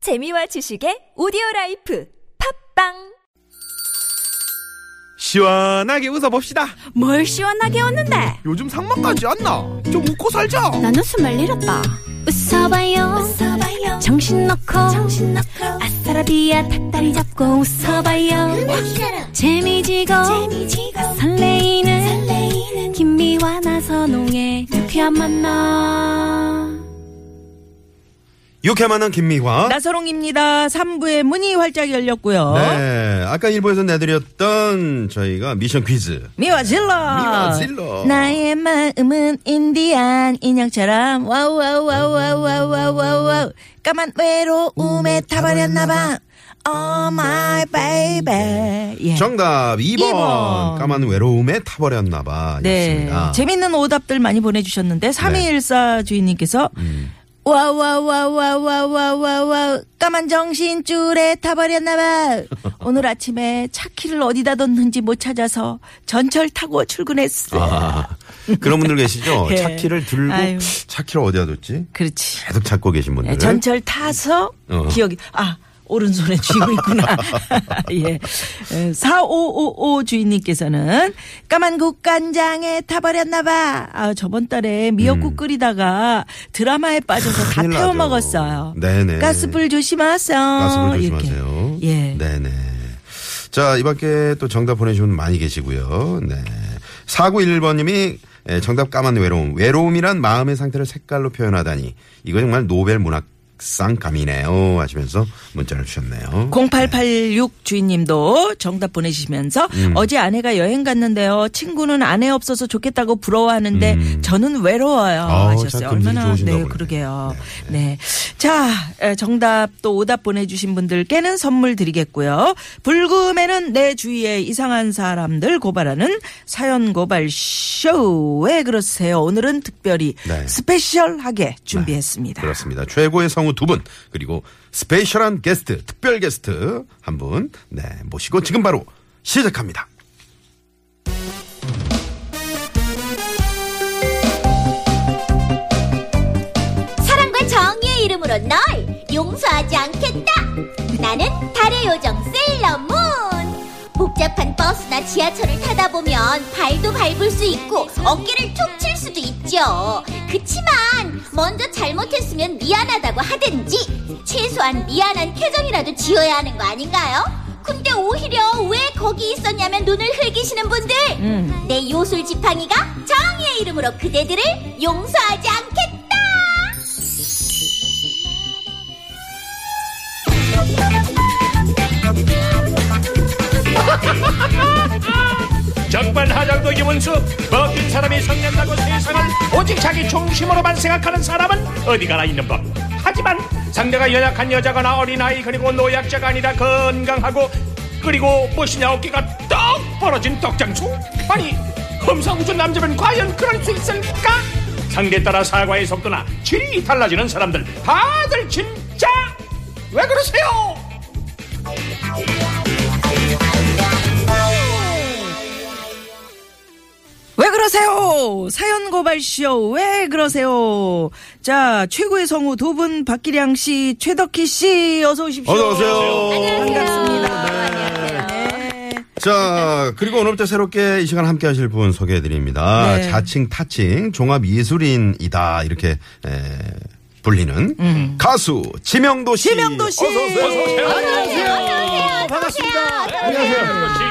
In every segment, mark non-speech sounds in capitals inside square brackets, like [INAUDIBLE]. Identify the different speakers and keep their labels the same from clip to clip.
Speaker 1: 재미와 지식의 오디오 라이프 팝빵
Speaker 2: 시원하게 웃어봅시다.
Speaker 3: 뭘 시원하게 웃는데
Speaker 2: 요즘 상만까지 안 나. 좀 웃고 살자.
Speaker 3: 난 웃음을 잃었다 웃어봐요, 정신 놓고 아싸라비아 닭다리 잡고 웃어봐요 재미지고, 설레이는, 김미와 나선홍의 유쾌한 만남
Speaker 4: 유쾌 만한 김미화.
Speaker 5: 나서롱입니다. 3부의 문이 활짝 열렸고요.
Speaker 4: 네. 아까 일부에서 내드렸던 저희가 미션 퀴즈.
Speaker 5: 미와 질러.
Speaker 4: 미와 질러.
Speaker 5: 나의 마음은 인디안 인형처럼 와우 와우 와우 와우 와우 와우 와우 와우 까만 외로움에 음, 타버렸나봐. Oh my baby. 예.
Speaker 4: 정답 2번.
Speaker 5: 번.
Speaker 4: 까만 외로움에 타버렸나봐.
Speaker 5: 네.
Speaker 4: 였습니다. 네.
Speaker 5: 재밌는 오답들 많이 보내주셨는데 3214 주인님께서
Speaker 4: 음.
Speaker 5: 와와와와와와와와 까만 정신줄에
Speaker 4: [LAUGHS]
Speaker 5: 타버렸나봐. 오늘 아침에 차 키를 어디다 뒀는지 못 찾아서 전철 타고 출근했어.
Speaker 4: 아, 그런 분들 계시죠?
Speaker 5: [LAUGHS] 예.
Speaker 4: 차키를 들고
Speaker 5: 아유.
Speaker 4: 차키를 어디다 뒀지?
Speaker 5: 그렇지.
Speaker 4: 계속 찾고 계신 분들.
Speaker 5: 예, 전철 타서
Speaker 4: 네, 음. 어.
Speaker 5: 기억이 아 오른손에 쥐고 있구나. [LAUGHS] 예. 에, 4555 주인님께서는 까만 국간장에 타버렸나봐. 아, 저번 달에 미역국 끓이다가 드라마에 빠져서 다
Speaker 4: 음. 큰일
Speaker 5: 태워
Speaker 4: 나죠.
Speaker 5: 먹었어요.
Speaker 4: 네네.
Speaker 5: 가스불 조심하세요.
Speaker 4: 가슴을 조심하세요.
Speaker 5: 아, 이렇게. 예.
Speaker 4: 네네. 자, 이 밖에 또 정답 보내주신 분 많이 계시고요. 네. 4911번님이 예, 정답 까만 외로움. 외로움이란 마음의 상태를 색깔로 표현하다니. 이거 정말 노벨 문학상 감이네요. 하시면서 문자를 주셨네요.
Speaker 5: 0886 주인님도 정답 보내주시면서
Speaker 4: 음.
Speaker 5: 어제 아내가 여행 갔는데요. 친구는 아내 없어서 좋겠다고 부러워하는데 저는 외로워요
Speaker 4: 음. 아우,
Speaker 5: 하셨어요.
Speaker 4: 참 금슬이
Speaker 5: 얼마나
Speaker 4: 좋으신가
Speaker 5: 네
Speaker 4: 보네.
Speaker 5: 그러게요. 네. 자 에, 정답 또 오답 보내주신 분들께는 선물 드리겠고요. 불금에는 내 주위에 이상한 사람들 고발하는 사연 고발 쇼왜 그러세요? 오늘은 특별히
Speaker 4: 네.
Speaker 5: 스페셜하게 준비했습니다.
Speaker 4: 그렇습니다. 최고의 성우 두 분, 그리고 스페셜한 게스트, 특별 게스트 한 분, 네, 모시고 지금 바로 시작합니다.
Speaker 6: 사랑과 정의의 이름으로 널 용서하지 않겠다. 나는 달의 요정 세일러문. 복잡한 버스나 지하철을 타다 보면 발도 밟을 수 있고 어깨를 툭 칠 수도 있죠. 그치만 먼저 잘못했으면 미안하다고 하든지 최소한 미안한 표정이라도 지어야 하는 거 아닌가요? 근데 오히려 왜 거기 있었냐면 눈을 흘기시는 분들 내 요술 지팡이가 정의의 이름으로 그대들을 용서하지 않겠다.
Speaker 7: 정말 하장도 이문수 먹힌 사람이 성난다고 세상을 오직 자기 중심으로만 생각하는 사람은 어디 가나 있는 법 하지만 상대가 연약한 여자거나 어린아이 그리고 노약자가 아니라 건강하고 그리고 무엇이냐 어깨가 떡 벌어진 떡장수 아니 험상궂은 남자면 과연 그럴 수 있을까 상대에 따라 사과의 속도나 질이 달라지는 사람들 다들 진짜 왜 그러세요
Speaker 5: 왜 그러세요? 사연 고발쇼, 왜 그러세요? 자, 최고의 성우 두 분, 박기량 씨, 최덕희 씨, 어서오십시오.
Speaker 4: 반갑습니다.
Speaker 5: 네.
Speaker 4: 자, 그리고 오늘부터 새롭게 이 시간 함께 하실 분 소개해 드립니다.
Speaker 5: 네.
Speaker 4: 자칭 타칭 종합 예술인이다. 이렇게 에, 불리는 가수 지명도 씨.
Speaker 5: 음. 지명도 씨.
Speaker 4: 어서 오세요.
Speaker 5: 어,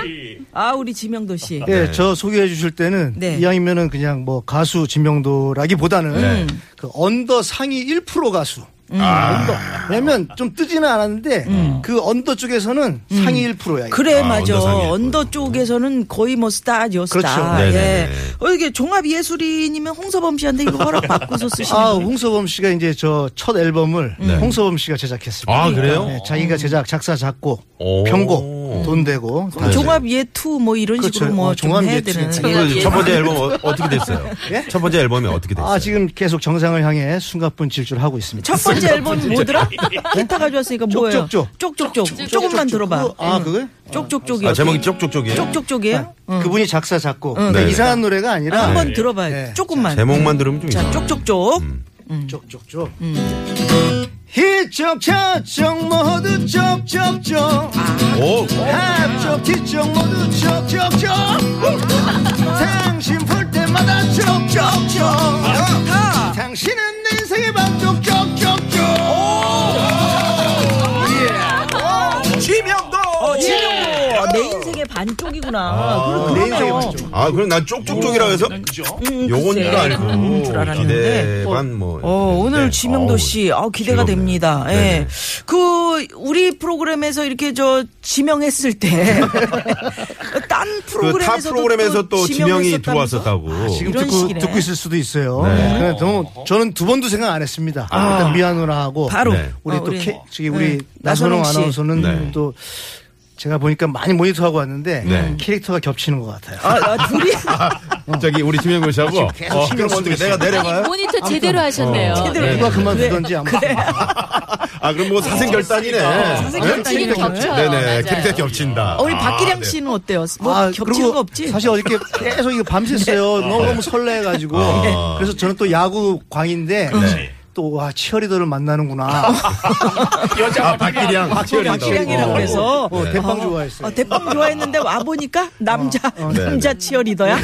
Speaker 5: 아, 우리 지명도 씨.
Speaker 8: 예, 저 소개해 주실 때는
Speaker 5: 네.
Speaker 8: 이왕이면은 그냥 뭐 가수 진명도라기보다는
Speaker 5: 네.
Speaker 8: 그 언더 상위 1% 가수.
Speaker 5: 음.
Speaker 8: 아.
Speaker 5: 아.
Speaker 8: 언더. 왜냐면 좀 뜨지는 않았는데 그 언더 쪽에서는 상위 1%야.
Speaker 5: 음. 그래,
Speaker 4: 아,
Speaker 5: 맞아.
Speaker 4: 언더상이에요.
Speaker 5: 언더 쪽에서는 거의 뭐 스타죠, 스타.
Speaker 8: 그렇죠.
Speaker 4: 네네네.
Speaker 5: 예. 어, 이게 종합예술인이면 홍서범 씨한테 이거 허락받고서 쓰시는
Speaker 8: 아,
Speaker 5: 거예요.
Speaker 8: 홍서범 씨가 이제 저 첫 앨범을
Speaker 5: 음. 네.
Speaker 8: 홍서범 씨가 제작했습니다.
Speaker 4: 아, 그래요?
Speaker 8: 네, 자기가 제작, 작사, 작곡,
Speaker 4: 오.
Speaker 8: 편곡, 돈 되고. 다
Speaker 5: 네. 종합예투 뭐 이런
Speaker 8: 네. 그렇죠.
Speaker 5: 식으로 뭐
Speaker 8: 어,
Speaker 5: 좀
Speaker 8: 종합
Speaker 5: 해야
Speaker 8: 예술.
Speaker 5: 되는.
Speaker 4: 그리고 첫 번째 앨범 어- 어떻게 됐어요?
Speaker 5: 예?
Speaker 4: 첫 번째 앨범이 어떻게 됐어요?
Speaker 8: 아, 지금 계속 정상을 향해 숨가쁜 질주를 하고 있습니다.
Speaker 5: 첫 번째 앨범 뭐더라? 기타 가져왔으니까 뭐예요?
Speaker 8: 쪽쪽쪽.
Speaker 5: 쪽쪽쪽. 조금만 들어봐. 음.
Speaker 8: 그거- 아, 그거요?
Speaker 5: 쪽쪽쪽이요.
Speaker 4: 아, 제목이 쪽쪽쪽이에요.
Speaker 5: 쪽쪽쪽이에요?
Speaker 8: 그분이 작사, 작곡.
Speaker 5: 응.
Speaker 8: 그러니까
Speaker 4: 네.
Speaker 8: 이상한 노래가 아니라
Speaker 5: 한 번
Speaker 4: 네.
Speaker 5: 들어봐요.
Speaker 8: 네.
Speaker 5: 조금만.
Speaker 4: 제목만 들으면 좀
Speaker 5: 자,
Speaker 4: 이상해.
Speaker 5: 쪽쪽쪽.
Speaker 8: 쪽쪽쪽. 이쪽 저쪽 모두 쪽쪽쪽
Speaker 5: 아,
Speaker 4: 오,
Speaker 5: 네.
Speaker 8: 앞쪽 뒤쪽 모두 쪽쪽쪽
Speaker 5: 아.
Speaker 8: 당신 볼 때마다 쪽쪽쪽 당신은 내 인생의 반쪽 쪽쪽쪽
Speaker 2: 지명도.
Speaker 5: 어, 진영도 내 인생의 반쪽이구나. 그러-
Speaker 8: 내 인생의
Speaker 5: 그러네요.
Speaker 8: 반쪽
Speaker 4: 아, 그럼 난 쪽쪽쪽이라 해서 요건 줄 알고
Speaker 5: 음, 줄 알았는데.
Speaker 4: 기대만 뭐.
Speaker 5: 어, 오늘
Speaker 4: 했는데.
Speaker 5: 지명도
Speaker 4: 어우,
Speaker 5: 씨, 아, 기대가
Speaker 4: 즐겁네요.
Speaker 5: 됩니다. 예.
Speaker 4: 네네.
Speaker 5: 그, 우리 프로그램에서 이렇게 저, 지명했을
Speaker 4: [LAUGHS]
Speaker 5: 때. 딴
Speaker 4: 그 타
Speaker 5: 프로그램에서.
Speaker 4: 프로그램에서 또 지명이 들어왔었다고.
Speaker 8: 지금
Speaker 5: 아, 이런
Speaker 8: 듣고,
Speaker 5: 식이네.
Speaker 8: 듣고 있을 수도 있어요. 네. 그래, 너무 저는 두 번도 생각 안 했습니다. 일단 미안하라 하고
Speaker 5: 바로.
Speaker 4: 아. 네.
Speaker 8: 우리
Speaker 5: 어,
Speaker 8: 또
Speaker 5: 우리-
Speaker 8: 케, 저기 우리
Speaker 5: 네.
Speaker 8: 나선홍
Speaker 5: 나선홍 씨.
Speaker 8: 아나운서는
Speaker 4: 네.
Speaker 8: 또 제가 보니까 많이 모니터하고 왔는데
Speaker 4: 네.
Speaker 8: 캐릭터가 겹치는 것 같아요.
Speaker 5: 아, 아, 둘이
Speaker 4: [LAUGHS] 저기 우리 지명도 씨하고.
Speaker 5: 아,
Speaker 4: 어, 그럼 어떻게 내가 내려가요?
Speaker 9: 모니터 제대로 하셨네요.
Speaker 5: 제대로
Speaker 8: 누가 그만두던지 아마
Speaker 4: 아, 그럼 뭐 사생결단이네.
Speaker 5: 어, 사생결단이
Speaker 9: 겹치긴 겹쳐요.
Speaker 4: 네네.
Speaker 9: 맞아요.
Speaker 4: 캐릭터 겹친다.
Speaker 5: 어, 우리
Speaker 4: 아,
Speaker 5: 박기량
Speaker 4: 네.
Speaker 5: 씨는 어때요? 뭐 겹치는
Speaker 8: 아, 그리고
Speaker 5: 거 없지? 네.
Speaker 8: 사실 어저께 계속 이거 밤샜어요. 너무너무 설레가지고.
Speaker 4: 네.
Speaker 8: 그래서 저는 또 야구 광인데
Speaker 4: 네.
Speaker 8: 또 와, 치어리더를 만나는구나.
Speaker 7: 여자
Speaker 4: 아, 박기량. 박기량.
Speaker 5: 박기량이라고 해서.
Speaker 8: 어, 대빵 좋아했어요.
Speaker 5: 어, 대빵 좋아했는데 와보니까 남자,
Speaker 4: 네,
Speaker 5: 남자
Speaker 4: 네.
Speaker 5: 치어리더야?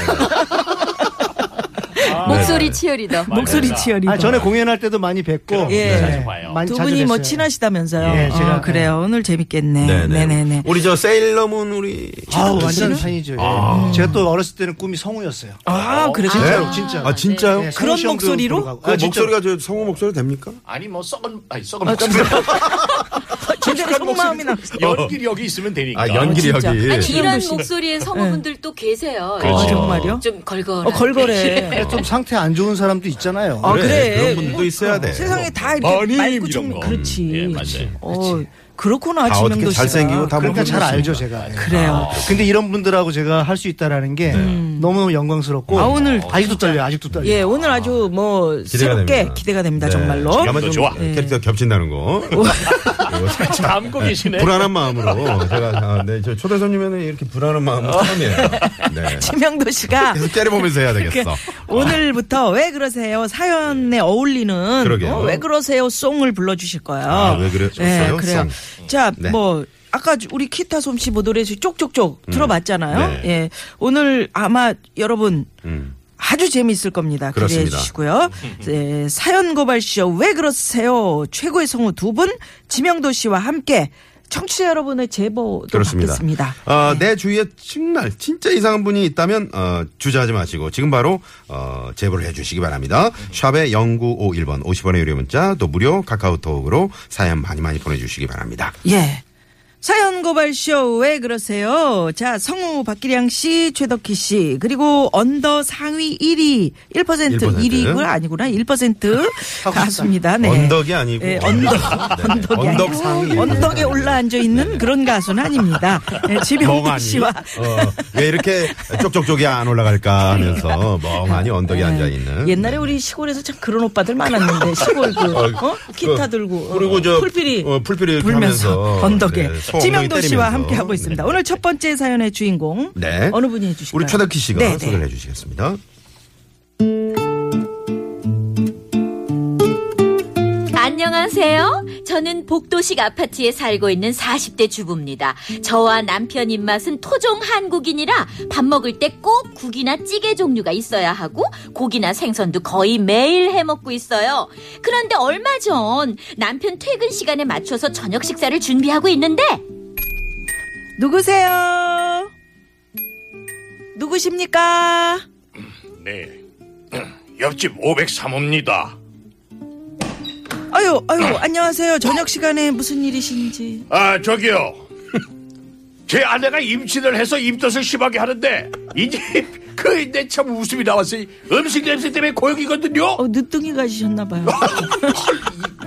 Speaker 9: 목소리 치어리더.
Speaker 5: [LAUGHS] 목소리 치어리더.
Speaker 8: 아, 전에 공연할 때도 많이 뵙고
Speaker 5: 예.
Speaker 8: 네, 많이
Speaker 5: 두
Speaker 8: 자주
Speaker 5: 분이 뭐
Speaker 8: 뵀어요.
Speaker 5: 친하시다면서요?
Speaker 8: 예, 제가-
Speaker 5: 아, 그래요. 오늘 재밌겠네.
Speaker 4: 네네.
Speaker 5: 네네네.
Speaker 4: 우리 저 세일러문 우리.
Speaker 8: 아우 완전 팬이죠. 예. 제가 또 어렸을 때는 꿈이 성우였어요.
Speaker 5: 아, 그래요?
Speaker 8: 진짜로 진짜.
Speaker 4: 아, 진짜요?
Speaker 8: 네,
Speaker 5: 그런
Speaker 8: 성우 시험도
Speaker 5: 목소리로?
Speaker 8: 보러 가고.
Speaker 4: 그
Speaker 8: 아, 진짜로.
Speaker 4: 목소리가 저 성우 목소리 됩니까?
Speaker 7: 아니 뭐 썩은 아니 썩은 목소리
Speaker 5: 제대로 속마음이 나.
Speaker 7: 연기력이 있으면 되니까
Speaker 4: 어. 아, 연기력이.
Speaker 5: 진짜.
Speaker 9: 아니
Speaker 5: 예.
Speaker 9: 이런
Speaker 5: 씨.
Speaker 9: 목소리의 성우분들 또 계세요.
Speaker 5: 아,
Speaker 4: 그렇죠.
Speaker 5: 정말요?
Speaker 9: 좀 걸걸.
Speaker 7: 네.
Speaker 5: 어, 걸걸해.
Speaker 8: 좀 상태 안 좋은 사람도 있잖아요.
Speaker 5: 아, 그래.
Speaker 4: 그런 분들도 있어야 돼.
Speaker 5: 세상에 다 이렇게
Speaker 7: 마님
Speaker 5: 맑고
Speaker 7: 이런
Speaker 5: 좀
Speaker 7: 거.
Speaker 5: 그렇지.
Speaker 7: 예, 맞아요.
Speaker 5: 어, 그렇구나,
Speaker 4: 다 어떻게
Speaker 5: 지명도 씨가.
Speaker 4: 잘생기고 다
Speaker 8: 그러니까
Speaker 4: 못
Speaker 8: 잘
Speaker 4: 만났습니다.
Speaker 8: 알죠 제가. 예.
Speaker 5: 그래요.
Speaker 8: 근데 이런 분들하고 제가 할 수 있다라는 게 너무너무 영광스럽고
Speaker 5: 아, 오늘
Speaker 8: 아직도 떨려 아직도 떨려.
Speaker 5: 예, 오늘 아주 뭐
Speaker 4: 기대가
Speaker 5: 새롭게
Speaker 4: 됩니다.
Speaker 5: 기대가 됩니다,
Speaker 4: 네.
Speaker 5: 정말로. 네.
Speaker 4: 잠깐만 좀
Speaker 7: 좋아.
Speaker 4: 캐릭터 겹친다는 거. 이거 살짝
Speaker 7: 담고 계시네
Speaker 4: 불안한 마음으로 제가 아, 네, 저 초대 손님에는 이렇게 불안한 마음은
Speaker 5: [LAUGHS]
Speaker 4: 처음이에요. 네.
Speaker 5: 지명도
Speaker 7: [LAUGHS]
Speaker 5: 씨가
Speaker 4: 계속 째려보면서 해야 되겠어.
Speaker 5: 오늘부터 왜 그러세요 사연에 어울리는
Speaker 4: 그러게요.
Speaker 5: 어, 왜 그러세요 송을 불러주실 거예요.
Speaker 4: 아, 왜 그래- 그러세요?
Speaker 5: 그래요.
Speaker 4: 네.
Speaker 5: 자뭐 아까 주- 우리 키타 솜씨 뭐 노래 중 쪽쪽쪽
Speaker 4: 네.
Speaker 5: 들어봤잖아요. 예 오늘 아마 여러분
Speaker 4: 음.
Speaker 5: 아주 재미있을 겁니다. 기대해
Speaker 4: 그렇습니다.
Speaker 5: 주시고요. 예, 사연 고발 쇼 왜 그러세요 최고의 성우 두 분 지명도 씨와 함께 청취자 여러분의 제보도
Speaker 4: 그렇습니다.
Speaker 5: 받겠습니다.
Speaker 4: 어, 내 주위에 정말 진짜 이상한 분이 있다면 어, 주저하지 마시고 지금 바로 어, 제보를 해주시기 바랍니다. 샵의 0951번 50원의 유료 문자 또 무료 카카오톡으로 사연 많이 많이 보내주시기 바랍니다.
Speaker 5: 예. 사연 고발쇼 왜 그러세요? 자, 성우 박기량 씨, 최덕희 씨, 그리고 언더 상위 1위,
Speaker 4: 1%.
Speaker 5: 1%, 1위가 아니구나,
Speaker 4: [LAUGHS]
Speaker 5: 1% 가수입니다. 네.
Speaker 4: 언덕이 아니고
Speaker 5: 예,
Speaker 4: 언덕.
Speaker 5: 언덕,
Speaker 4: 네,
Speaker 5: 언덕이
Speaker 4: 언덕
Speaker 5: 아니고
Speaker 4: 상위.
Speaker 5: 언덕에 올라앉아 있는 그런 가수는 아닙니다. 네, 지명도
Speaker 4: 네. 멍하니
Speaker 5: 씨와
Speaker 4: 어, 왜 이렇게 쪽쪽쪽이 안 올라갈까 하면서 멍하니 언덕에 앉아 있는
Speaker 5: 네. 옛날에 우리 시골에서 참 그런 오빠들 많았는데 시골 그 어? 기타 들고
Speaker 4: 아, 그리고 저
Speaker 5: 풀피리
Speaker 4: 어, 풀피리 이렇게
Speaker 5: 불면서
Speaker 4: 하면서
Speaker 5: 언덕에
Speaker 4: 네, 소 엉덩이
Speaker 5: 지명도 씨와
Speaker 4: 때리면서.
Speaker 5: 함께 하고 있습니다.
Speaker 4: 네.
Speaker 5: 오늘 첫 번째 사연의 주인공
Speaker 4: 네.
Speaker 5: 어느 분이 해주실까요?
Speaker 4: 우리 최덕희 씨가
Speaker 5: 네,
Speaker 4: 소개를
Speaker 5: 네.
Speaker 4: 해주시겠습니다.
Speaker 9: 안녕하세요. 저는 복도식 아파트에 살고 있는 40대 주부입니다. 저와 남편 입맛은 토종 한국인이라 밥 먹을 때 꼭 국이나 찌개 종류가 있어야 하고 고기나 생선도 거의 매일 해 먹고 있어요. 그런데 얼마 전 남편 퇴근 시간에 맞춰서 저녁 식사를 준비하고 있는데
Speaker 5: 누구세요? 누구십니까?
Speaker 7: 네 옆집 503호입니다
Speaker 5: 아유, 아유, 안녕하세요. 저녁 시간에 무슨 일이신지.
Speaker 7: 아 저기요 제 아내가 임신을 해서 입덧을 심하게 하는데 이제 그내 참 웃음이 나왔어요 음식 냄새 때문에 고역이거든요
Speaker 5: 어, 늦둥이 가지셨나봐요.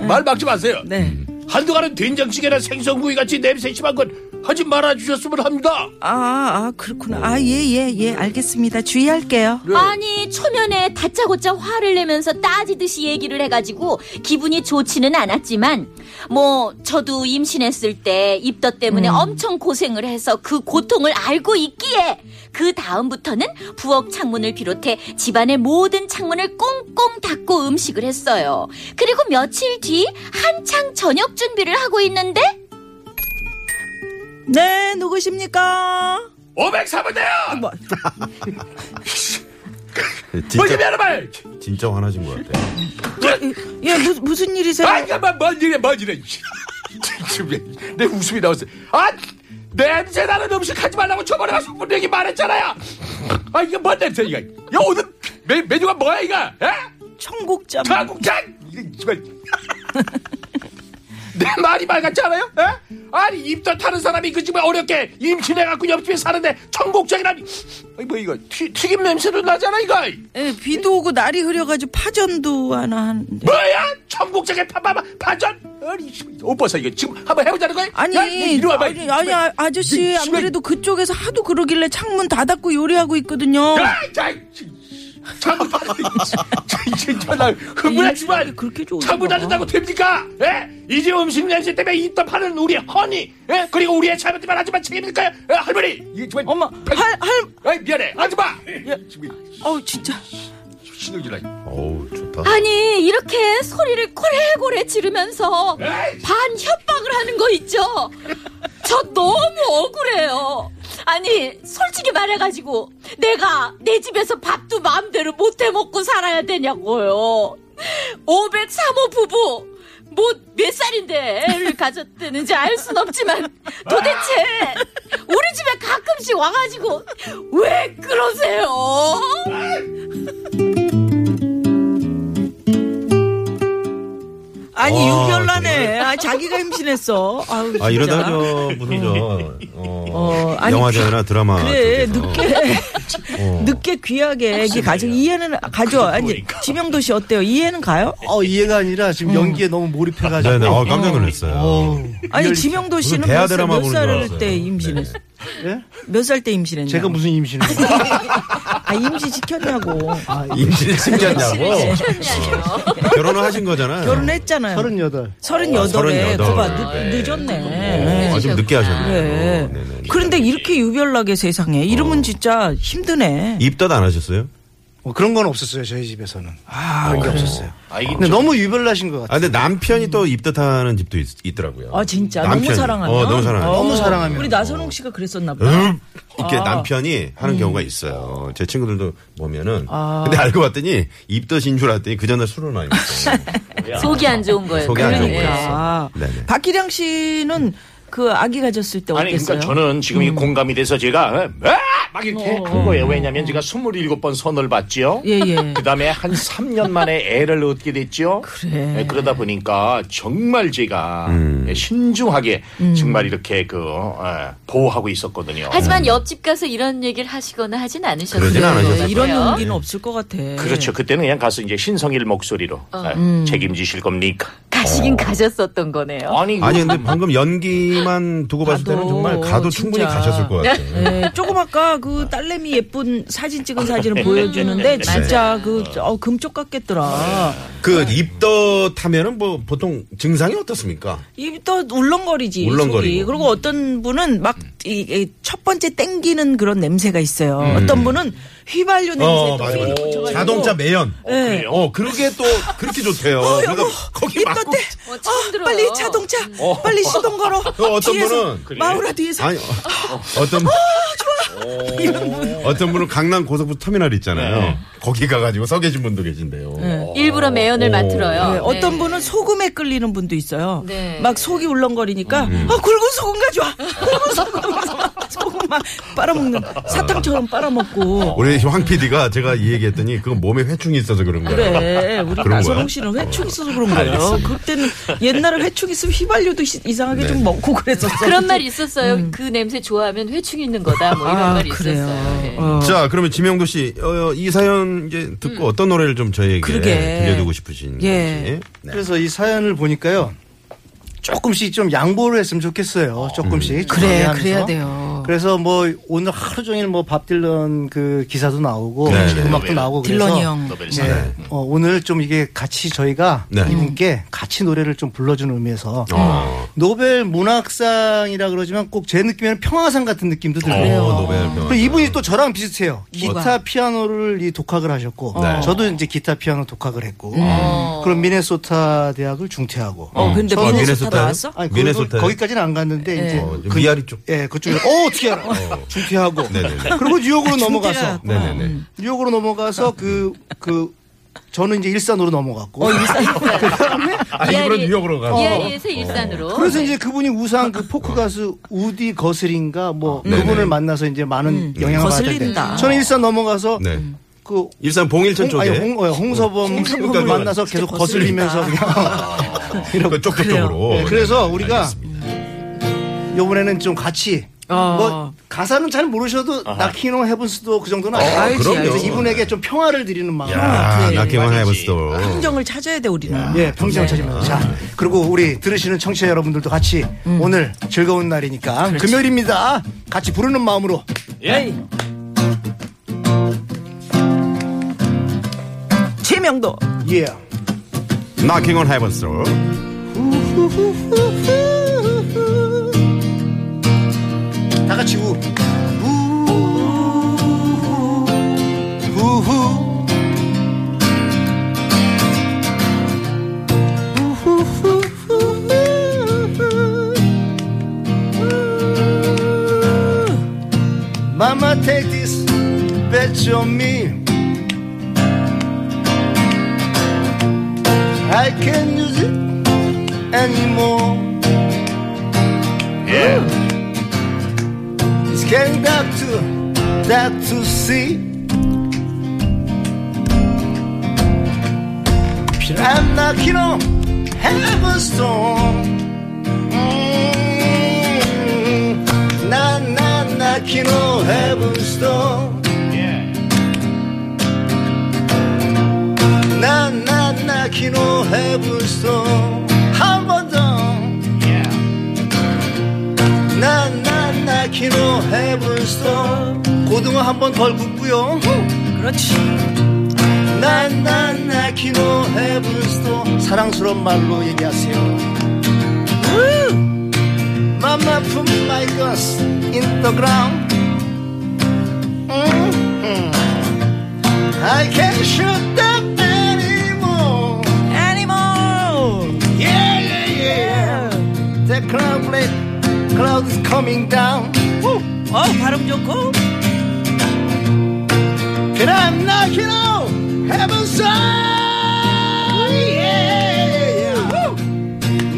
Speaker 7: 말 막지 마세요
Speaker 5: [LAUGHS] 네.
Speaker 7: 한동안은 된장찌개나 생선구이 같이 냄새 심한 건
Speaker 10: 하지 말아 주셨으면 합니다.
Speaker 5: 아, 아 그렇구나. 아, 예, 예, 예. 알겠습니다. 주의할게요.
Speaker 9: 아니 초면에 다짜고짜 화를 내면서 따지듯이 얘기를 해가지고 기분이 좋지는 않았지만 뭐 저도 임신했을 때 입덧 때문에 엄청 고생을 해서 그 고통을 알고 있기에 그 다음부터는 부엌 창문을 비롯해 집안의 모든 창문을 꽁꽁 닫고 음식을 했어요. 그리고 며칠 뒤 한창 저녁 준비를 하고 있는데
Speaker 5: 네, 누구십니까?
Speaker 10: 504번대요.
Speaker 5: 뭐,
Speaker 10: 뭐지
Speaker 4: 그 진짜,
Speaker 10: 여러분?
Speaker 4: 진짜 화나신 것 같아요.
Speaker 5: 예, 무, 무슨 일이세요?
Speaker 10: 아 잠깐만 뭔 일이야 뭔 일이야. [LAUGHS] 내 웃음이 나왔어. 아 냄새 나는 음식 하지 말라고 저번에 가서 분명히 말했잖아요. 아 이게 뭔 냄새 이거? 야 오늘 메, 메뉴가 뭐야 이거? 에?
Speaker 5: 청국장.
Speaker 10: 한국장 이걸 [LAUGHS] 내 말이 맑았지 않아요? 에? 아니 입덧 타는 사람이 그 집에 어렵게 임신해갖고 옆집에 사는데 청국장이라니 아니, 뭐 이거 튀, 튀김 냄새도 나잖아 이거
Speaker 5: 예, 비도 오고 날이 흐려가지고 파전도 하나 한.
Speaker 10: 뭐야 청국장에 파파파 파전 아니 씨, 옷 벗어 이거 지금 한번 해보자는 거야?
Speaker 5: 아니,
Speaker 10: 야, 이리 와봐
Speaker 5: 아니, 아니, 아, 아저씨, 안
Speaker 10: 씨발.
Speaker 5: 그래도 그쪽에서 하도 그러길래 창문 닫았고 요리하고 있거든요.
Speaker 10: 야, 자, 참부
Speaker 5: [LAUGHS]
Speaker 10: 진짜 흥분했지만
Speaker 5: 그렇게 좋은가?
Speaker 10: 참부 다졌다고 됩니까? 예? 이제 음식 냄새 때문에 입도 파는 우리 허니, 예? 그리고 우리의 잘못만 하지만 책임질까요? 예, 할머니, 이 정말-
Speaker 5: 어머, 할, 예. 할,
Speaker 10: 아이, 미안해, 아줌마.
Speaker 5: 어우, 진짜.
Speaker 10: 신경질나.
Speaker 4: 어우, 좋다.
Speaker 9: 아니 이렇게 소리를 고래고래 지르면서 반협박을 하는 거 있죠? 저 너무 억울해요. 아니 솔직히 말해가지고 내가 내 집에서 밥도 마음대로 못해 먹고 살아야 되냐고요. 503호 부부 뭐 몇 살인데 애를 가졌다는지 알 순 없지만 도대체 우리 집에 가끔씩 와가지고 왜 그러세요?
Speaker 5: 아니,
Speaker 4: 와,
Speaker 5: 유별나네. 아, 자기가 임신했어. 아우, 진짜.
Speaker 4: 아, 이러다 저, 무슨 저, 어,
Speaker 5: 어, 아니,
Speaker 4: 영화제나 드라마. 뭐.
Speaker 5: 그래,
Speaker 4: 쪽에서.
Speaker 5: 늦게,
Speaker 4: 어.
Speaker 5: 늦게 귀하게
Speaker 4: 아,
Speaker 5: 애기 가져. 이해는 가져. 아니, 지명도 씨 어때요? 이해는 가요?
Speaker 8: 어, 이해가 아니라 지금 연기에 너무 몰입해가지고.
Speaker 4: 네네, 어, 깜짝 놀랐어요.
Speaker 8: 어우,
Speaker 5: 아니,
Speaker 8: 리얼-
Speaker 5: 지명도 씨는
Speaker 4: 무슨 대하
Speaker 5: 몇, 살-
Speaker 4: 드라마
Speaker 5: 몇
Speaker 4: 보는 줄 알았어요. 네.
Speaker 5: 살을 때 임신했어?
Speaker 8: 예?
Speaker 5: 몇 살 때 임신했냐?
Speaker 8: 제가 무슨 임신을.
Speaker 5: 아, 임신 시켰냐고. 아,
Speaker 4: 네. 임신을 시켰냐고? 결혼을 하신 거잖아요.
Speaker 5: 결혼했잖아요.
Speaker 8: 38.
Speaker 5: 서른여덟에
Speaker 4: 아, 서른여덟.
Speaker 5: 거봐 늦,
Speaker 4: 네.
Speaker 5: 늦었네.
Speaker 4: 어, 아, 좀 늦게 하셨네요.
Speaker 5: 네.
Speaker 4: 네네. 어.
Speaker 5: 그런데 이렇게 유별나게 세상에 이러면 진짜 힘드네.
Speaker 4: 입덧 안 하셨어요?
Speaker 8: 뭐 그런 건 없었어요, 저희 집에서는. 아, 그런 게 없었어요.
Speaker 10: 아, 이게
Speaker 8: 근데 너무 유별나신 것
Speaker 4: 아,
Speaker 8: 같아요.
Speaker 4: 근데 남편이 또 입덧하는 집도 있, 더라고요
Speaker 5: 아 진짜 너무 사랑하면.
Speaker 4: 어, 너무 사랑하면.
Speaker 8: 너무 사랑하면.
Speaker 5: 우리 나선홍 씨가 그랬었나 봐.
Speaker 4: 음, 이렇게
Speaker 5: 아.
Speaker 4: 남편이
Speaker 5: 음.
Speaker 4: 하는 경우가 있어요. 제 친구들도 보면은.
Speaker 5: 아.
Speaker 4: 근데 알고 봤더니 입덧인 줄 알았더니 그 전날 술을 많이
Speaker 5: [LAUGHS]
Speaker 4: 먹었어요.
Speaker 9: 속이 안 좋은 거예요.
Speaker 4: 속이 안 좋은
Speaker 9: 그러니까.
Speaker 4: 거였어.
Speaker 5: 아,
Speaker 4: 네네.
Speaker 5: 박기량 씨는 그 아기 가졌을 때
Speaker 7: 아니
Speaker 5: 어땠어요?
Speaker 7: 그러니까 저는 지금 이 공감이 돼서 제가 어, 아! 막 이렇게 한 거예요. 왜냐면 제가 27번 선을 봤지요.
Speaker 5: 예,
Speaker 7: [LAUGHS]
Speaker 5: 예.
Speaker 7: 그다음에 한 3년 만에 애를 얻게 됐죠.
Speaker 5: 그래.
Speaker 7: 예, 그러다 보니까 정말 제가 예, 신중하게 정말 이렇게 그 어, 보호하고 있었거든요.
Speaker 9: 하지만 옆집 가서 이런 얘기를 하시거나 하진 않으셨어요.
Speaker 4: 그러진 않으셨을
Speaker 5: 이런
Speaker 9: 거예요.
Speaker 5: 용기는 없을 것 같아.
Speaker 7: 그렇죠. 그때는 그냥 가서 이제 신성일 목소리로 아, 책임지실 겁니까?
Speaker 9: 가시긴 가셨었던 거네요.
Speaker 7: 아니,
Speaker 4: 아니, 근데 방금 연기만 두고 봤을 때는
Speaker 5: 가도,
Speaker 4: 정말 가도
Speaker 5: 진짜.
Speaker 4: 충분히 가셨을 것 같아요.
Speaker 5: 네, 조금 아까 그 딸내미 예쁜 사진 찍은
Speaker 7: 네.
Speaker 5: 사진을 보여주는데 진짜 그 어, 금쪽 같겠더라.
Speaker 7: 네.
Speaker 4: 그 입덧하면은 뭐 보통 증상이 어떻습니까?
Speaker 5: 입도 울렁거리지.
Speaker 4: 울렁거리고. 음.
Speaker 5: 속이. 그리고 어떤 분은 막첫 번째 땡기는 그런 냄새가 있어요. 어떤 분은 휘발유 냄새
Speaker 9: 네,
Speaker 4: 음. 어,
Speaker 5: 또
Speaker 4: 맞아, 맞아.
Speaker 5: 휘- 묻혀가지고.
Speaker 4: 자동차 매연.
Speaker 5: 예.
Speaker 4: 어, 그러게 또 그렇게 좋대요. 그래서 거기
Speaker 5: 입덧
Speaker 4: 맞고
Speaker 5: 때
Speaker 9: 어,
Speaker 5: 아,
Speaker 9: 처음 들어요.
Speaker 5: 빨리 자동차 빨리 시동 걸어.
Speaker 4: 어, 어떤
Speaker 5: 뒤에서,
Speaker 4: 분은 그래.
Speaker 5: 마우라 뒤에서
Speaker 4: 아니 어, 어떤
Speaker 5: 이런 분.
Speaker 4: 어떤 분은 강남 고속버스 터미널 있잖아요. 거기 가가지고 서 계신 분도 계신데요.
Speaker 9: 네. 일부러 매연을
Speaker 4: 오.
Speaker 9: 맡으러요.
Speaker 5: 네, 어떤
Speaker 9: 네.
Speaker 5: 분은 소금에 끌리는 분도 있어요.
Speaker 9: 네.
Speaker 5: 막 속이 울렁거리니까 아 굵은 소금 가져와. 굵은 소금 [LAUGHS] 가져와. 소금 막 빨아먹는 사탕처럼 빨아먹고.
Speaker 4: 우리 황 PD가 제가 이 얘기했더니 그건 몸에 회충이 있어서 그런 거예요.
Speaker 9: 네.
Speaker 5: 그래 우리
Speaker 4: 그런
Speaker 5: 나선홍
Speaker 4: 거야?
Speaker 5: 씨는 회충 있어서 그런 거예요. 그때는 옛날에 회충 있으면 휘발유도 시- 이상하게
Speaker 4: 네.
Speaker 5: 좀 먹고 그랬었어.
Speaker 9: 그런 말이 있었어요. 그 냄새 좋아하면 회충 있는 거다. 뭐 이런
Speaker 5: 아,
Speaker 9: 말이
Speaker 5: 그래요.
Speaker 9: 있었어요. 네.
Speaker 5: 어. 음.
Speaker 4: 자, 그러면 지명도 씨, 어, 이 사연 이제 듣고 어떤 노래를 좀 저희에게
Speaker 5: 그러게.
Speaker 4: 들려주고 싶으신
Speaker 5: 예.
Speaker 4: 지 네.
Speaker 8: 그래서 이 사연을 보니까요. 조금씩 좀 양보를 했으면 좋겠어요. 조금씩.
Speaker 5: 음. 그래,
Speaker 8: 정리하면서.
Speaker 5: 그래야 돼요.
Speaker 8: 그래서 뭐 오늘 하루 종일 뭐 밥 딜런 그 기사도 나오고
Speaker 4: 네, 네.
Speaker 8: 음악도 나오고 그래서
Speaker 5: 딜런이 형.
Speaker 8: 네. 어, 오늘 좀 이게 같이 저희가
Speaker 4: 네.
Speaker 8: 이분께 같이 노래를 좀 불러주는 의미에서
Speaker 4: 어.
Speaker 8: 노벨 문학상이라 그러지만 꼭 제 느낌에는 평화상 같은 느낌도
Speaker 5: 음.
Speaker 8: 들고요.
Speaker 4: 어, 노벨
Speaker 8: 그리고
Speaker 4: 병원.
Speaker 8: 이분이 또 저랑 비슷해요. 기타
Speaker 5: 뭐가?
Speaker 8: 피아노를 이 독학을 하셨고
Speaker 4: 네.
Speaker 8: 저도 이제 기타 피아노 독학을 했고 그럼 미네소타 대학을 중퇴하고
Speaker 5: 음. 어, 근데
Speaker 4: 어,
Speaker 5: 미네소타도
Speaker 4: 미네소타요?
Speaker 5: 왔어?
Speaker 8: 아니,
Speaker 4: 미네소타에?
Speaker 8: 미네소타 거기까지는 안 갔는데 이제
Speaker 4: 어, 미아리 쪽.
Speaker 8: 예, 그쪽에 어 어떻게 알아? 중퇴하고
Speaker 4: 네네네.
Speaker 8: 그리고
Speaker 5: 아,
Speaker 8: 뉴욕으로 넘어가서
Speaker 4: 네네네.
Speaker 5: 음.
Speaker 8: 뉴욕으로 넘어가서 그 그 저는 이제 일산으로 넘어갔고
Speaker 4: 아, 이분은 뉴욕으로 가.
Speaker 8: 예,
Speaker 9: 이아리에서 예, 일산으로.
Speaker 8: 그래서 이제 그분이 우상 그 포크 가수 우디 거슬인가 뭐
Speaker 4: 어. 네네.
Speaker 8: 그분을 만나서 이제 많은 영향을 받았는데
Speaker 5: 음. 거슬린다.
Speaker 8: 저는 일산 넘어가서
Speaker 4: 네.
Speaker 8: 그
Speaker 4: 일산 봉일천
Speaker 8: 홍,
Speaker 4: 쪽에. [LAUGHS]
Speaker 8: 아니, 홍, 어, 홍서범
Speaker 4: 홍서범
Speaker 8: 만나서 계속 거슬리면서 그냥 이러고
Speaker 4: 그 쪽쪽
Speaker 5: 그래요.
Speaker 4: 쪽으로.
Speaker 8: 네, 그래서
Speaker 4: 네,
Speaker 8: 우리가
Speaker 4: 알겠습니다.
Speaker 8: 요번에는 좀 같이
Speaker 5: 어.
Speaker 8: 뭐 가사는 잘 모르셔도 나키노 헤븐스도 그 정도는 알죠.
Speaker 5: 알지,
Speaker 8: 그래서
Speaker 5: 알지.
Speaker 8: 이분에게 좀 평화를 드리는 마음.
Speaker 4: 어, 야,
Speaker 5: 네.
Speaker 4: 낙해왕 해봤어.
Speaker 5: 흥정을 찾아야 돼 우리는.
Speaker 8: 예, 평생 찾으면. 자, 그리고 우리 들으시는 청취자 여러분들도 같이 오늘 즐거운 날이니까 금요일입니다. 같이 부르는 마음으로
Speaker 7: 예.
Speaker 5: 최명도.
Speaker 8: 예.
Speaker 4: Knocking on Heaven's Door.
Speaker 8: 다 같이 우. 우. 우후. Mama, take this bet on me. I can't use it anymore. Yeah. It's getting dark to dark to see. But I'm knocking on heaven's door. Mm. Nah, nah, knocking on heaven's door. 나나나 키노 해불소 한 번 더 나나나 키노 해불소 고등어 한 번 덜 굽고요
Speaker 5: 그렇지.
Speaker 8: 나나나 키노 해불소 사랑스러운 말로 얘기하세요 맘마 품 마이 거스 인더그라운드 음, I can't shoot them anymore.
Speaker 5: 애니멀.
Speaker 8: Yeah, yeah, yeah. The cloud, plate, cloud is coming down.
Speaker 5: 어 발음 좋고.
Speaker 8: Can I knock it out? Heaven's side. Yeah. Woo.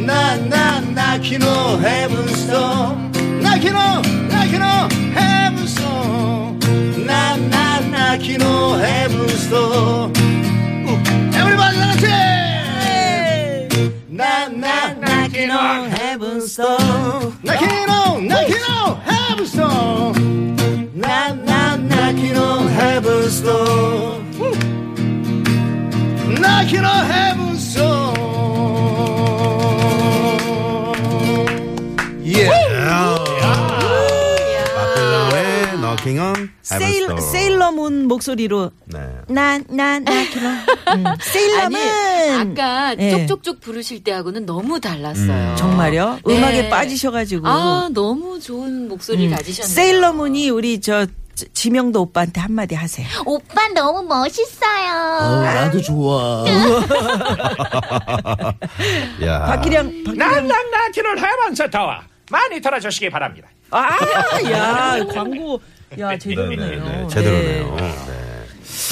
Speaker 8: Na, na, knocking on heaven's door. Knocking on, knocking on heaven's door. Na, na, knocking on heaven's door. Ooh. Everybody, let's say. Na, na, knocking on heaven's door. Knocking on, knocking on heaven's door. Na, na, knocking on heaven's door. Woo. Knocking on heaven's door. Yeah.
Speaker 4: 마클라의 Knocking on Heaven's
Speaker 5: 세일
Speaker 4: Door.
Speaker 5: 세일러문 목소리로
Speaker 4: 네.
Speaker 5: 난난나 [LAUGHS] 키노. 음.
Speaker 9: 아니
Speaker 5: 세일러문.
Speaker 9: 아까
Speaker 5: 예.
Speaker 9: 쪽쪽쪽 부르실 때하고는 너무 달랐어요.
Speaker 5: 음. 정말요?
Speaker 9: 네.
Speaker 5: 음악에 빠지셔가지고.
Speaker 9: 아 음. 너무 좋은 목소리를 가지셨네요.
Speaker 5: 세일러문이 우리 저 지- 지명도 오빠한테 한마디 하세요.
Speaker 6: 오빠 너무 멋있어요.
Speaker 8: 나도 좋아.
Speaker 4: 야.
Speaker 5: 박기량, 박기량.
Speaker 7: 난난나 키를 해만서 타와 많이 들어주시기 바랍니다.
Speaker 5: 아, 야, 광고. 야, 제대로네요.
Speaker 4: 네, 제대로네요. 네.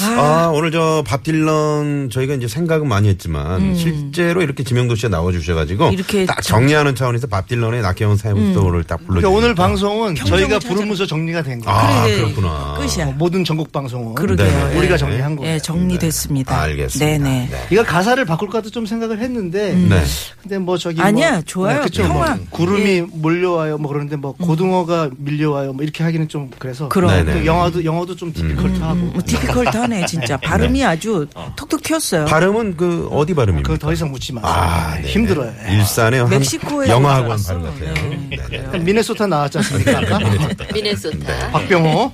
Speaker 4: 아, 오늘 저 밥 딜런 저희가 이제 생각은 많이 했지만 실제로 이렇게 지명도 씨가 나와 주셔 가지고
Speaker 5: 음. 이렇게 음.
Speaker 4: 딱 정리하는 차원에서 밥 딜런의 낙해온 사연도를 딱 불러 주니까
Speaker 8: 그러니까 오늘 방송은 저희가 부르면서 정리가 된 거예요.
Speaker 4: 아,
Speaker 5: 그래.
Speaker 4: 그렇구나.
Speaker 8: 어,
Speaker 5: 끝이야.
Speaker 8: 모든 전국 방송은
Speaker 5: 그러게요.
Speaker 4: 네.
Speaker 8: 우리가 정리한
Speaker 5: 예,
Speaker 8: 거예요.
Speaker 5: 정리됐습니다.
Speaker 4: 아, 알겠습니다.
Speaker 5: 네네. 음.
Speaker 4: 네.
Speaker 8: 이거 가사를 바꿀까도 좀 생각을 했는데
Speaker 4: 네.
Speaker 8: 근데 뭐 저기
Speaker 5: 아니야,
Speaker 8: 뭐,
Speaker 5: 좋아요.
Speaker 8: 그쵸,
Speaker 5: 평화. 예. 음.
Speaker 8: 뭐 구름이 몰려와요 뭐 그러는데 뭐 고등어가 밀려와요 뭐 이렇게 하기는 좀 그래서
Speaker 5: 그럼.
Speaker 8: 또
Speaker 4: 네네.
Speaker 8: 영화도 영화도 좀 디피컬트하고
Speaker 5: 뭐 디피컬트 못하네 진짜 발음이 아주 톡톡 튀었어요.
Speaker 4: 발음은 그 어디 발음입니까?
Speaker 8: 그거 더 이상 묻지 마.
Speaker 4: 아, 네.
Speaker 8: 그 힘들어요.
Speaker 4: 일산의 한
Speaker 5: 멕시코에
Speaker 4: 영화학원
Speaker 5: 알았어.
Speaker 4: 발음 같아요.
Speaker 5: 네.
Speaker 4: 네, 네.
Speaker 8: 미네소타 나왔지 않습니까? 아까?
Speaker 9: 미네소타.
Speaker 8: 박병호.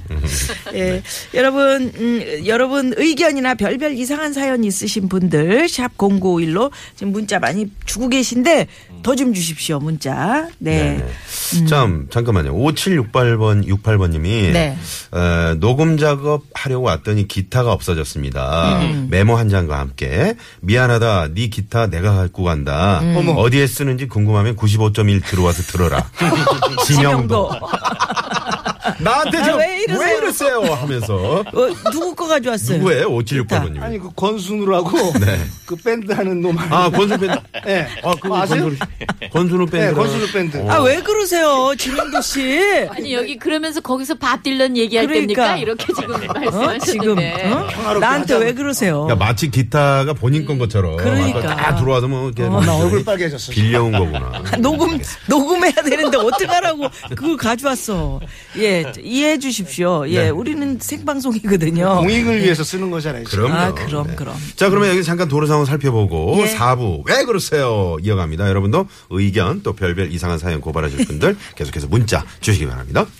Speaker 4: 네.
Speaker 5: 예. 여러분, 음, 여러분 의견이나 별별 이상한 사연 있으신 분들 샵 0951로 지금 문자 많이 주고 계신데 더 좀 주십시오. 문자. 네.
Speaker 4: 네. 참 잠깐만요. 5768번 68번님이 어,
Speaker 5: 네.
Speaker 4: 녹음 작업 하려고 왔더니 기타가 없어졌습니다. 메모 한 장과 함께 미안하다. 네 기타 내가 갖고 간다. 어디에 쓰는지 궁금하면 95.1 들어와서 들어라. 지명도. 나한테 지금
Speaker 5: 왜
Speaker 4: 왜,
Speaker 5: 이러세요?
Speaker 4: 이러세요? 하면서
Speaker 5: 어, 누구 거 가져왔어요?
Speaker 4: 누구예요? 5768번님.
Speaker 8: 아니 그 권순우라고 그 밴드 하는 놈.
Speaker 4: 네. 아 권순우 밴드.
Speaker 8: 예.
Speaker 4: 아, 그
Speaker 8: 아세요?
Speaker 4: 권순우 어. 권순우 밴드.
Speaker 8: 네, 권순우 밴드.
Speaker 5: 아, 왜 그러세요? 지명도 씨.
Speaker 9: 아니 여기 그러면서 거기서 밥 딜런 얘기할
Speaker 5: 그러니까.
Speaker 9: 때니까 이렇게 지금
Speaker 5: 어? 지금
Speaker 3: 네.
Speaker 9: 말씀하시는데.
Speaker 5: 어? 나한테 왜 그러세요?
Speaker 4: 그러니까 마치 기타가 본인 건 것처럼
Speaker 5: 그러니까.
Speaker 4: 아까 다 들어와서 뭐 이렇게
Speaker 5: 어,
Speaker 4: 막
Speaker 8: 나 얼굴 빨개졌어.
Speaker 4: 빌려온 거구나.
Speaker 5: 녹음 녹음해야 되는데 어떡하라고 그걸 가져왔어. 예, 이해해 주십시오. 예,
Speaker 4: 네.
Speaker 5: 우리는 생방송이거든요.
Speaker 8: 공익을 위해서 쓰는 거잖아요. 지금.
Speaker 4: 그럼요.
Speaker 5: 아, 그럼,
Speaker 4: 네.
Speaker 5: 그럼.
Speaker 4: 자, 그러면 여기 잠깐 도로 상황 살펴보고
Speaker 5: 예.
Speaker 4: 4부 왜 그러세요? [LAUGHS] 이어갑니다. 여러분도 의견 또 별별 이상한 사연 고발하실 분들 계속해서 문자 주시기 바랍니다.